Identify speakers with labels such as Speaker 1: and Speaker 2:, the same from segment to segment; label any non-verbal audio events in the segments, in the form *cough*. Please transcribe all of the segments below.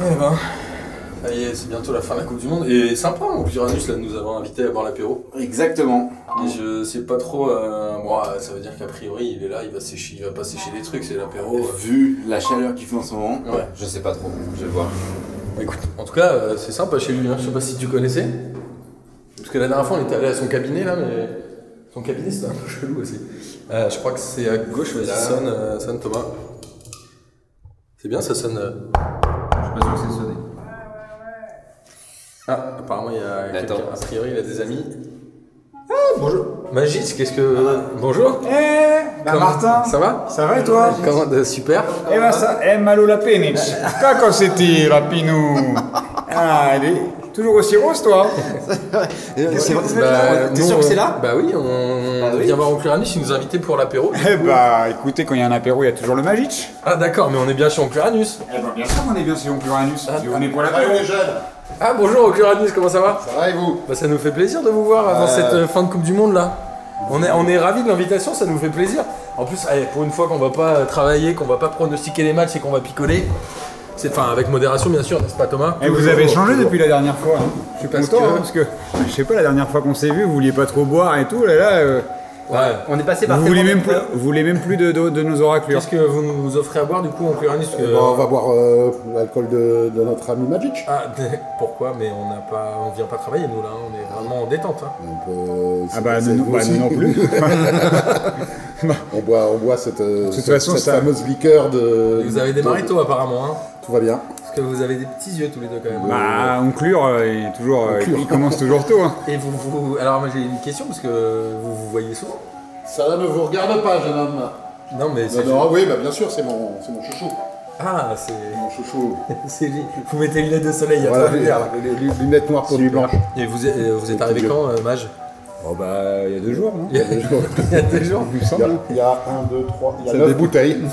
Speaker 1: Eh ben, ça y est, c'est bientôt la fin de la Coupe du Monde. Et sympa, mon Uranus, là, de nous avoir invités à boire l'apéro.
Speaker 2: Exactement.
Speaker 3: Ah.
Speaker 1: Et je sais pas trop, euh, moi, ça veut dire qu'a priori, il est là, il va, sécher, il va pas sécher des trucs, c'est l'apéro. euh.
Speaker 2: Vu la chaleur qu'il fait en ce moment,
Speaker 1: Ouais.
Speaker 2: je sais pas trop, je vais le voir.
Speaker 1: Bah, écoute, en tout cas, euh, c'est sympa chez lui, hein. je sais pas si tu connaissais. Parce que la dernière fois, on était allé à son cabinet, là, mais. Son cabinet, c'est un peu chelou aussi. Euh, je crois que c'est à gauche, vas-y,
Speaker 2: Là.
Speaker 1: sonne, euh, sonne Thomas. C'est bien, ça sonne. euh.
Speaker 3: Je suis pas sûr que c'est sonné.
Speaker 1: Ah, apparemment, il y a
Speaker 2: Attends.
Speaker 1: quelqu'un. A priori, il a des amis. Ah, bonjour. Magis, qu'est-ce que. euh, Bonjour.
Speaker 4: Eh, bah
Speaker 1: Comment-
Speaker 4: Martin,
Speaker 1: Ça va
Speaker 4: ça va et toi
Speaker 1: Comment de- Super.
Speaker 4: Eh ben ça, eh malo la penic. *laughs* Qua cos'è *laughs* rapinou Ah, il est toujours aussi rose *laughs* toi
Speaker 2: C'est
Speaker 4: vrai-
Speaker 1: Bah, nous,
Speaker 2: sûr que
Speaker 1: on-
Speaker 2: c'est là
Speaker 1: Bah oui, on
Speaker 2: Ah oui.
Speaker 1: vient voir au Uranus, il nous a invités pour l'apéro.
Speaker 4: Eh bah écoutez, quand il y a un apéro, il y a toujours le Magic.
Speaker 1: Ah d'accord, mais on est bien chez Ocuranus.
Speaker 4: Eh ben bien sûr, on est bien sur Uranus, on est pour
Speaker 5: Salut
Speaker 4: l'apéro.
Speaker 5: les jeunes,
Speaker 1: Ah bonjour Ocuranus, comment ça va
Speaker 5: ça va et vous
Speaker 1: Bah ça nous fait plaisir de vous voir avant cette euh, fin de Coupe du Monde là. On est, on est ravis de l'invitation, ça nous fait plaisir. En plus, allez, pour une fois qu'on va pas euh, travailler, qu'on va pas pronostiquer les matchs et qu'on va picoler. C'est enfin avec modération bien sûr, n'est-ce pas Thomas
Speaker 4: Et Eh, vous avez changé depuis la dernière fois. hein. Je suis
Speaker 1: Parce
Speaker 4: content
Speaker 1: que-
Speaker 4: hein, parce que je sais pas la dernière fois qu'on s'est vu, vous vouliez pas trop boire et tout. Là là, euh,
Speaker 1: Ouais.
Speaker 3: On est passé par
Speaker 4: vous voulez
Speaker 3: tellement
Speaker 4: même plus,
Speaker 3: d'épreuves.
Speaker 4: vous voulez même plus de, de- de nos oracles. hein.
Speaker 1: Qu'est-ce que vous nous offrez à boire du coup Ocuranus Parce que-
Speaker 5: Ben, On va boire euh, l'alcool de, de notre ami Magic.
Speaker 1: Ah *laughs* pourquoi Mais on n'a pas, on vient pas travailler nous là, hein. on est vraiment en détente. hein.
Speaker 5: Donc, euh,
Speaker 4: Ah
Speaker 5: c'est-
Speaker 4: bah
Speaker 5: c'est
Speaker 4: nous,
Speaker 5: vous
Speaker 4: bah,
Speaker 5: aussi.
Speaker 4: nous non plus.
Speaker 5: *laughs*
Speaker 4: *laughs*
Speaker 5: on boit, on boit cette, euh,
Speaker 4: toute
Speaker 5: cette,
Speaker 4: façon,
Speaker 5: cette
Speaker 4: ça-
Speaker 5: fameuse liqueur de.
Speaker 1: Vous avez des
Speaker 5: de-
Speaker 1: maritos apparemment, hein
Speaker 5: Tout va bien.
Speaker 1: Parce que vous avez des petits yeux tous les deux quand même.
Speaker 4: Bah onclure, euh, il est toujours, euh,
Speaker 5: Onclure.
Speaker 4: il commence toujours tôt. hein.
Speaker 1: Et vous, vous, alors moi j'ai une question parce que vous vous voyez souvent.
Speaker 5: Ça ne vous regarde pas, jeune homme.
Speaker 1: Non mais
Speaker 5: Non,
Speaker 1: c'est.
Speaker 5: non, ah oui, bah, bien sûr, c'est mon, c'est mon chouchou.
Speaker 1: Ah c'est. *laughs*
Speaker 5: Mon chouchou.
Speaker 1: C'est lui. Vous mettez les lunettes de soleil, il y a
Speaker 5: Voilà,
Speaker 1: trop de lumière. là.
Speaker 5: les, les- les lunettes noires pour nuit blanche.
Speaker 1: Et vous, êtes- euh, vous êtes arrivé
Speaker 5: Dieu.
Speaker 1: quand, euh, Mage
Speaker 4: Oh bah il y a deux jours, non
Speaker 1: il, y a, *laughs*
Speaker 5: Euh,
Speaker 1: il
Speaker 4: *laughs*
Speaker 1: y a deux jours.
Speaker 4: Il me semble.
Speaker 5: Il y a- Il y a un, deux, trois, il y a neuf bouteilles.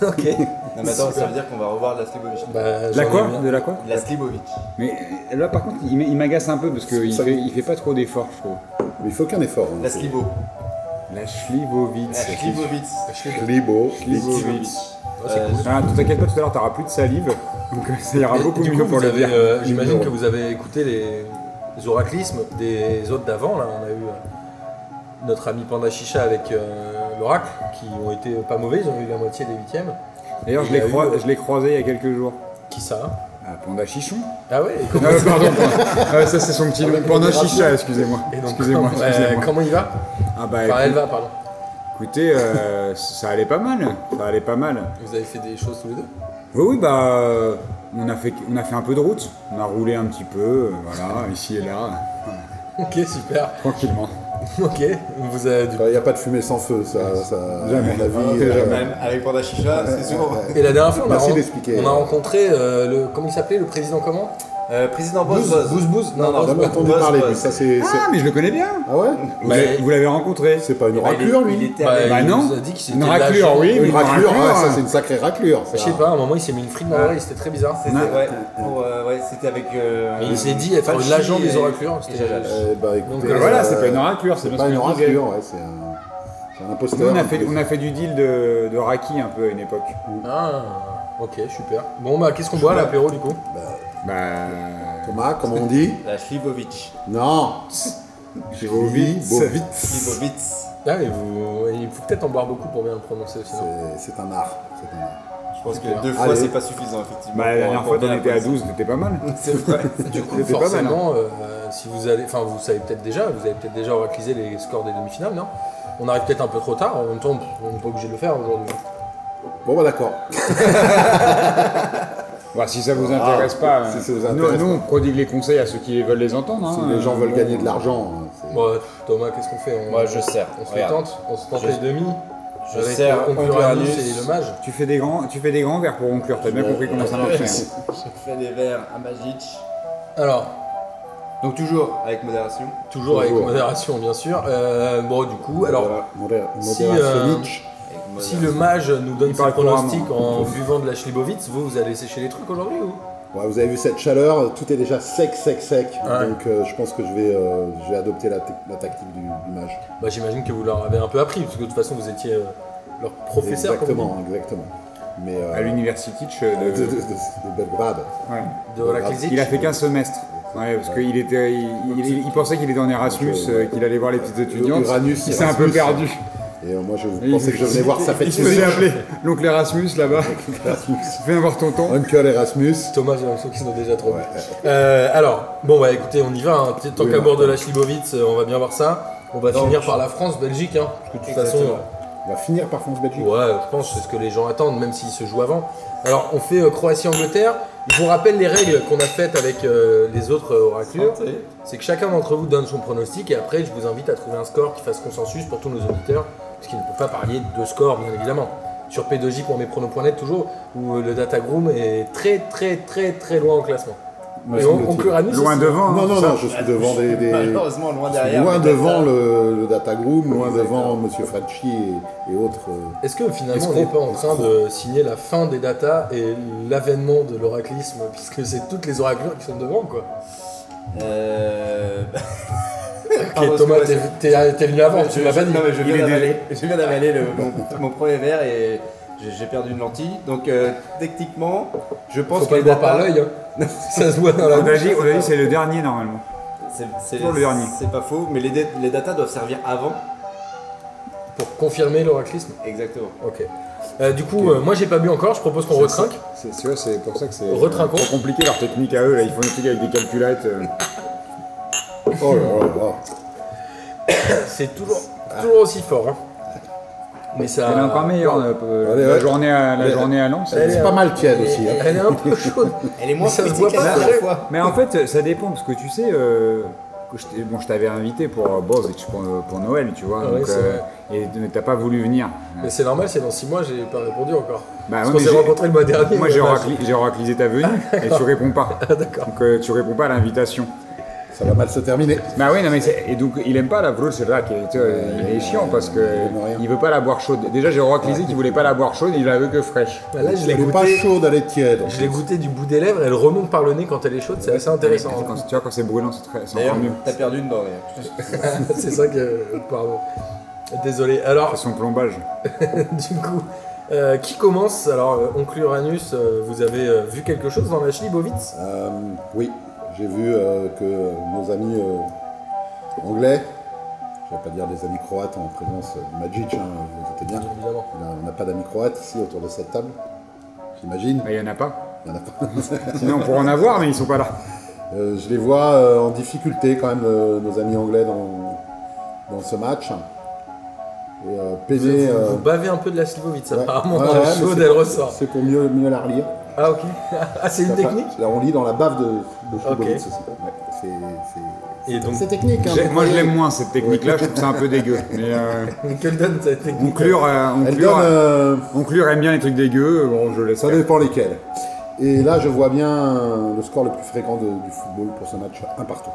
Speaker 1: ok.
Speaker 3: Non, mais attends, ça veut dire qu'on va revoir de la Slibovic.
Speaker 1: *laughs* Bah,
Speaker 4: De
Speaker 1: j'en
Speaker 4: la
Speaker 1: ai
Speaker 4: quoi
Speaker 1: bien.
Speaker 4: De la quoi
Speaker 3: La Slibovic.
Speaker 4: Mais euh, là par contre il m'a- il m'agace un peu parce qu'il
Speaker 5: Ça-
Speaker 4: fait, il fait pas trop d'efforts je trouve.
Speaker 5: Mais il faut qu'un effort. hein.
Speaker 3: La Slibo.
Speaker 4: La
Speaker 3: La
Speaker 4: Schlivovitz.
Speaker 3: Slibovic.
Speaker 5: Libo.
Speaker 3: Slibovic.
Speaker 1: c'est
Speaker 3: Euh,
Speaker 4: Ah, t'inquiète pas, tout à l'heure t'auras plus de salive, donc euh, ça ira
Speaker 1: Et
Speaker 4: beaucoup
Speaker 1: du
Speaker 4: mieux
Speaker 1: coup,
Speaker 4: pour
Speaker 1: vous
Speaker 4: le
Speaker 1: avez,
Speaker 4: dire.
Speaker 1: euh, J'imagine que vous avez écouté les, les oraclismes des autres d'avant. Là, on a eu euh, notre ami Panda Chicha avec euh, l'oracle, qui ont été pas mauvais. Ils ont eu la moitié des huitièmes.
Speaker 4: D'ailleurs, je
Speaker 1: il
Speaker 4: l'ai
Speaker 1: a eu,
Speaker 4: croi-
Speaker 1: euh,
Speaker 4: je l'ai croisé il y a quelques jours.
Speaker 1: Qui ça
Speaker 4: Ah, Panda Chichon
Speaker 1: Ah ouais. Et comment,
Speaker 4: Ah, pardon, *laughs* ah, ça c'est son petit nom. Panda Chicha, excusez-moi.
Speaker 1: et donc, *laughs*
Speaker 4: Excusez-moi,
Speaker 1: comment- euh,
Speaker 4: excusez-moi.
Speaker 1: comment il va
Speaker 4: Ah bah
Speaker 1: Enfin, elle
Speaker 4: écoute-
Speaker 1: va, pardon.
Speaker 4: écoutez, euh, ça allait pas mal, ça allait pas mal.
Speaker 1: Vous avez fait des choses tous les deux.
Speaker 4: Oui, oui, bah euh, on a, fait, on a fait un peu de route, on a roulé un petit peu, euh,
Speaker 5: *laughs*
Speaker 4: voilà, ici et là,
Speaker 1: *laughs* Ok, super.
Speaker 4: tranquillement.
Speaker 1: Ok. Vous avez du
Speaker 5: Il n'y a pas de fumée sans feu, ça, ça à mon avis. euh,
Speaker 3: Même avec Panda Chicha, c'est sûr.
Speaker 1: Et la dernière fois, on a,
Speaker 5: Merci
Speaker 1: ren-
Speaker 5: d'expliquer.
Speaker 1: on a rencontré euh, le. Comment il s'appelait Le président comment
Speaker 3: Euh, Président Boss Boss.
Speaker 1: Bouze Bouze Non, non,
Speaker 5: J'en ai entendu
Speaker 3: Buzz,
Speaker 5: parler, mais
Speaker 3: Buzz.
Speaker 5: ça c'est. c'est-
Speaker 4: Ah, mais je le connais bien
Speaker 5: Ah ouais
Speaker 4: Vous
Speaker 1: Bah,
Speaker 4: l'avez- Vous l'avez rencontré
Speaker 5: C'est pas une
Speaker 3: Bah, il est-
Speaker 5: raclure, lui
Speaker 3: Il était
Speaker 1: Bah,
Speaker 3: avec-
Speaker 4: Bah
Speaker 1: il
Speaker 4: non,
Speaker 1: nous a dit qu'il s'était
Speaker 4: une
Speaker 1: lâché.
Speaker 4: raclure, oui, mais
Speaker 5: Une raclure,
Speaker 4: raclure,
Speaker 5: ouais,
Speaker 4: hein.
Speaker 5: ça c'est une sacrée raclure. ça.
Speaker 1: Je sais pas, à un moment, il s'est mis une frite dans l'oreille, c'était très bizarre.
Speaker 3: C'était ouais, pour, euh, ouais, c'était avec. euh,
Speaker 1: Mais il s'est dit, enfin,
Speaker 3: Falchi
Speaker 1: l'agent des
Speaker 3: et-
Speaker 1: oraclures,
Speaker 3: et
Speaker 1: c'était-
Speaker 3: Jajal.
Speaker 5: Eh bah, écoutez,
Speaker 1: Donc,
Speaker 4: Euh, voilà, c'est
Speaker 5: euh,
Speaker 4: pas une oraclure, c'est
Speaker 5: C'est
Speaker 4: bien
Speaker 5: pas
Speaker 4: ce
Speaker 5: une
Speaker 4: que je disais.
Speaker 5: raclure, ouais, c'est un, c'est un
Speaker 4: Nous,
Speaker 5: imposteur.
Speaker 4: on a, fait, on a fait du deal de, de Raki un peu à une époque.
Speaker 1: Ah, ok, super. Bon, bah, qu'est-ce qu'on boit à l'apéro du coup
Speaker 4: Bah.
Speaker 5: Thomas, comment on dit
Speaker 3: La Slibovic.
Speaker 5: Non
Speaker 4: Slibovic.
Speaker 5: Slibovic.
Speaker 3: Slibovic.
Speaker 1: Ah, mais vous. Il faut peut-être en boire beaucoup pour bien le prononcer aussi. non
Speaker 5: C'est- C'est un art. c'est un art.
Speaker 3: Je pense que deux fois,
Speaker 5: Allez.
Speaker 3: c'est pas suffisant, effectivement.
Speaker 4: Bah, la
Speaker 3: pour-
Speaker 4: dernière
Speaker 3: pour
Speaker 4: fois,
Speaker 3: bien
Speaker 4: t'en étais à
Speaker 3: apprécier.
Speaker 4: 12, t'étais pas
Speaker 5: *laughs*
Speaker 4: mal.
Speaker 3: C'est
Speaker 4: *laughs*
Speaker 3: vrai.
Speaker 1: Du coup,
Speaker 4: C'était pas mal, hein.
Speaker 1: forcément, euh, euh, si vous allez. Enfin, vous savez peut-être déjà, vous avez peut-être déjà oraclisé les scores des demi-finales, non On arrive peut-être un peu trop tard, en même temps, on n'est pas obligé de le faire aujourd'hui.
Speaker 5: Bon, bah d'accord.
Speaker 4: Bah, si ça vous intéresse pas,
Speaker 5: Ah, si
Speaker 4: euh,
Speaker 5: ça vous
Speaker 4: nous,
Speaker 5: intéresse
Speaker 4: nous,
Speaker 5: pas.
Speaker 4: on prodigue les conseils à ceux qui veulent les entendre. hein.
Speaker 5: Si les gens
Speaker 4: Euh,
Speaker 5: veulent
Speaker 4: bon,
Speaker 5: gagner de l'argent, hein, c'est-
Speaker 1: Bon, Thomas, qu'est-ce qu'on fait on...
Speaker 3: Moi, je sers.
Speaker 1: On se
Speaker 3: Regarde.
Speaker 1: tente, on se tente
Speaker 3: Je-
Speaker 1: les demi.
Speaker 3: je
Speaker 1: avec
Speaker 3: sers
Speaker 1: le concurrent
Speaker 3: Uranus.
Speaker 1: Anus et le mage.
Speaker 4: Tu fais, des grands, tu fais des grands verres pour conclure, t'as bien compris comment
Speaker 3: *laughs*
Speaker 4: ça marche. hein.
Speaker 3: J'ai fait des verres à Magic.
Speaker 1: Alors,
Speaker 3: Donc, toujours avec modération.
Speaker 1: toujours, avec
Speaker 5: Toujours.
Speaker 1: modération, bien sûr. Euh, bon, du coup, alors,
Speaker 5: Modéra-
Speaker 1: si,
Speaker 5: modération
Speaker 1: euh,
Speaker 5: Nietzsche.
Speaker 3: Avec
Speaker 1: si
Speaker 3: modération.
Speaker 1: le mage nous donne
Speaker 4: Il
Speaker 1: ses
Speaker 4: parle
Speaker 1: pronostics
Speaker 4: couramment.
Speaker 1: en buvant de la Schlibovitz, vous, vous allez sécher les trucs aujourd'hui ou
Speaker 5: Ouais, vous avez vu cette chaleur, tout est déjà sec, sec, sec.
Speaker 1: Ouais.
Speaker 5: Donc euh, je pense que je vais, euh, je vais adopter la, tec- la tactique du, du mage.
Speaker 1: Bah, j'imagine que vous leur avez un peu appris, parce que de toute façon, vous étiez euh, leur professeur. comme on dit.
Speaker 5: exactement, exactement. mais euh,
Speaker 4: à l'University de-
Speaker 5: de, de-
Speaker 4: de,
Speaker 5: de- de Belgrade.
Speaker 4: ouais.
Speaker 1: De la Klesic.
Speaker 4: Il a fait qu'un semestre. Ouais, parce qu'il était, il, il- il pensait qu'il était en Erasmus, euh, qu'il allait voir les petites étudiantes.
Speaker 5: Uranus,
Speaker 4: il s'est un peu
Speaker 5: Erasmus.
Speaker 4: perdu.
Speaker 5: Et euh, moi, je pensais que je venais voir sa fête
Speaker 4: Il se faisait
Speaker 5: physique.
Speaker 4: appeler l'oncle Erasmus là-bas. Viens voir tonton.
Speaker 5: Uncle Erasmus.
Speaker 1: Thomas, j'ai l'impression qu'ils sont déjà trop. Euh, alors, bon, bah écoutez, on y va. hein. Tant qu'à bord de la Schlibowitz, euh, on va bien voir ça. On va finir par la France, Belgique, hein. Parce que de toute façon,
Speaker 5: On va finir par France-Belgique.
Speaker 1: ouais, je pense que c'est ce que les gens attendent, même s'ils se jouent avant. Alors, on fait euh, Croatie-Angleterre. Je vous rappelle les règles qu'on a faites avec euh, les autres euh, oraclures. C'est que chacun d'entre vous donne son pronostic et après, je vous invite à trouver un score qui fasse consensus pour tous nos auditeurs, parce qu'ils ne peuvent pas parier deux scores, bien évidemment. Sur p2j.mespronos.net toujours, où euh, le Datagroom est très très très très loin au classement.
Speaker 5: me
Speaker 1: Et on,
Speaker 5: semble-t-il.
Speaker 1: on clora nous,
Speaker 4: Loin
Speaker 1: c'est-
Speaker 4: devant.
Speaker 5: Non,
Speaker 4: hein,
Speaker 5: non,
Speaker 4: ça.
Speaker 5: non, je suis devant des. des-
Speaker 3: Malheureusement, loin
Speaker 5: je suis
Speaker 3: derrière.
Speaker 5: loin
Speaker 3: mais
Speaker 5: devant
Speaker 3: ça-
Speaker 5: le, le Datagroom, loin devant Monsieur Fracci et, et autres. euh,
Speaker 1: Est-ce que finalement
Speaker 5: Escroc.
Speaker 1: on n'est pas en train de signer la fin des datas et l'avènement de l'oraclisme puisque c'est toutes les oraclures qui sont devant quoi.
Speaker 3: Euh.
Speaker 1: Ok
Speaker 3: Pardon,
Speaker 1: Thomas,
Speaker 3: Ah, parce que
Speaker 1: t'es,
Speaker 3: là,
Speaker 1: t'es- t'es venu avant, tu
Speaker 3: Je-
Speaker 1: l'as
Speaker 3: je-
Speaker 1: pas dit.
Speaker 3: Non, mais je
Speaker 4: Il est
Speaker 3: viens d'avaler, je viens d'avaler le- mon, mon premier verre et j'ai j'ai perdu une lentille. Donc, euh, techniquement, je pense
Speaker 1: Faut
Speaker 3: que
Speaker 1: pas le
Speaker 3: les
Speaker 1: voir par
Speaker 3: datas.
Speaker 1: l'œil, hein. *laughs* ça se voit dans la
Speaker 4: On a
Speaker 1: bouche.
Speaker 4: dit, on a dit, c'est le dernier normalement.
Speaker 3: C'est c'est-
Speaker 4: Toujours le dernier.
Speaker 3: c'est pas faux, mais les, da- les datas doivent servir avant.
Speaker 1: Pour confirmer l'oraclisme.
Speaker 3: Exactement.
Speaker 1: Ok. Euh, du coup, euh, moi j'ai pas bu encore, je propose qu'on retrinque.
Speaker 4: C'est c'est vrai, c'est pour ça que c'est
Speaker 1: Retrinquons.
Speaker 4: trop compliqué leur technique à eux. Là, ils font des trucs avec des calculettes. euh.
Speaker 5: Oh là là là.
Speaker 1: C'est toujours, toujours aussi fort. hein. Mais ça.
Speaker 4: Elle est encore meilleure. euh,
Speaker 5: Allez,
Speaker 4: la
Speaker 5: ouais.
Speaker 4: journée à la
Speaker 5: Allez.
Speaker 4: journée à Lens.
Speaker 1: Elle est-
Speaker 5: C'est pas mal tiède aussi. hein.
Speaker 1: Elle est un peu chaude.
Speaker 3: Elle est
Speaker 1: moins
Speaker 3: moins
Speaker 1: ça se
Speaker 3: critique
Speaker 1: critique voit pas,
Speaker 3: la
Speaker 1: la dernière c'est vrai.
Speaker 3: fois.
Speaker 4: Mais en fait, ça dépend parce que tu sais, euh, que je t'ai- bon, je t'avais invité pour euh, Bozic, pour, pour Noël, tu vois,
Speaker 1: Ah ouais,
Speaker 4: donc,
Speaker 1: c'est
Speaker 4: euh,
Speaker 1: vrai.
Speaker 4: et mais t'as pas voulu venir.
Speaker 1: Mais c'est normal, c'est dans 6 mois, j'ai pas répondu encore.
Speaker 4: Bah,
Speaker 1: Parce
Speaker 4: ouais,
Speaker 1: qu'on
Speaker 4: mais
Speaker 1: s'est
Speaker 4: j'ai-
Speaker 1: rencontrés le mois dernier.
Speaker 4: Moi, j'ai
Speaker 1: ouais,
Speaker 4: oracli- j'ai oraclisé ta venue et tu réponds pas.
Speaker 1: *laughs* d'accord.
Speaker 4: Donc, euh, tu réponds pas à l'invitation.
Speaker 5: Ça va mal se terminer.
Speaker 4: Bah oui, non mais c'est- et donc il aime pas la Vruzera, qui est, euh, il est chiant parce que
Speaker 5: Il aime rien.
Speaker 4: il veut pas la boire chaude. Déjà j'ai oraclisé qu'il voulait pas la boire chaude, il la veut que fraîche.
Speaker 1: Bah là, je l'ai
Speaker 5: Elle est pas
Speaker 1: goûté.
Speaker 5: chaude, elle est tiède.
Speaker 1: Je l'ai goûté du bout des lèvres, elle remonte par le nez quand elle est chaude, c'est assez intéressant. hein.
Speaker 4: Quand,
Speaker 1: *laughs*
Speaker 4: tu vois quand c'est brûlant, c'est très- c'est
Speaker 3: D'ailleurs,
Speaker 4: encore mieux.
Speaker 3: t'as perdu une dent. d'ailleurs.
Speaker 1: c'est ça que. Pardon. Désolé. Alors, *laughs*
Speaker 4: C'est son plombage.
Speaker 1: du coup, euh, qui commence Alors, euh, oncle Uranus, euh, vous avez euh, vu quelque chose dans la Schlibowitz
Speaker 5: Euh, oui, j'ai vu euh, que nos amis euh, anglais, je vais pas dire des amis croates en présence de Magic, hein, vous vous doutez bien,
Speaker 1: Évidemment.
Speaker 5: on a- on n'a pas d'amis croates ici autour de cette table, j'imagine.
Speaker 4: Bah, il y en a pas.
Speaker 5: Il y en a pas. *laughs*
Speaker 4: Sinon on pourrait en avoir mais ils sont pas là.
Speaker 5: Euh, je les vois euh, en difficulté quand même, euh, nos amis anglais dans, dans ce match. Et euh,
Speaker 1: Vous,
Speaker 5: peiné,
Speaker 1: vous-
Speaker 5: euh,
Speaker 1: vous bavez un peu de la Schlibowitz,
Speaker 5: ouais.
Speaker 1: apparemment.
Speaker 5: Ouais,
Speaker 1: dans
Speaker 5: ouais,
Speaker 1: la
Speaker 5: mais
Speaker 1: chaude,
Speaker 5: c'est-
Speaker 1: elle ressort.
Speaker 5: C'est pour mieux, mieux la relire.
Speaker 1: Ah, ok. *laughs* Ah, c'est une
Speaker 5: Ça,
Speaker 1: technique
Speaker 5: Là, on lit dans la bave de, de Choubovitz
Speaker 1: Ok.
Speaker 5: aussi. Ouais, c'est- c'est-
Speaker 1: Et donc,
Speaker 5: C'est technique. hein,
Speaker 4: J'ai-
Speaker 5: vous
Speaker 4: Moi je
Speaker 5: voyez.
Speaker 4: l'aime moins cette technique là, je trouve ça un peu dégueu. Mais euh,
Speaker 1: quelle donne cette technique
Speaker 4: Onclure, euh,
Speaker 5: Elle
Speaker 4: Onclure-
Speaker 5: donne. euh,
Speaker 4: Onclure aime bien les trucs dégueux, bon je laisse.
Speaker 5: ça dépend lesquels. Et là, je vois bien euh, le score le plus fréquent de- du football pour ce match, un partout.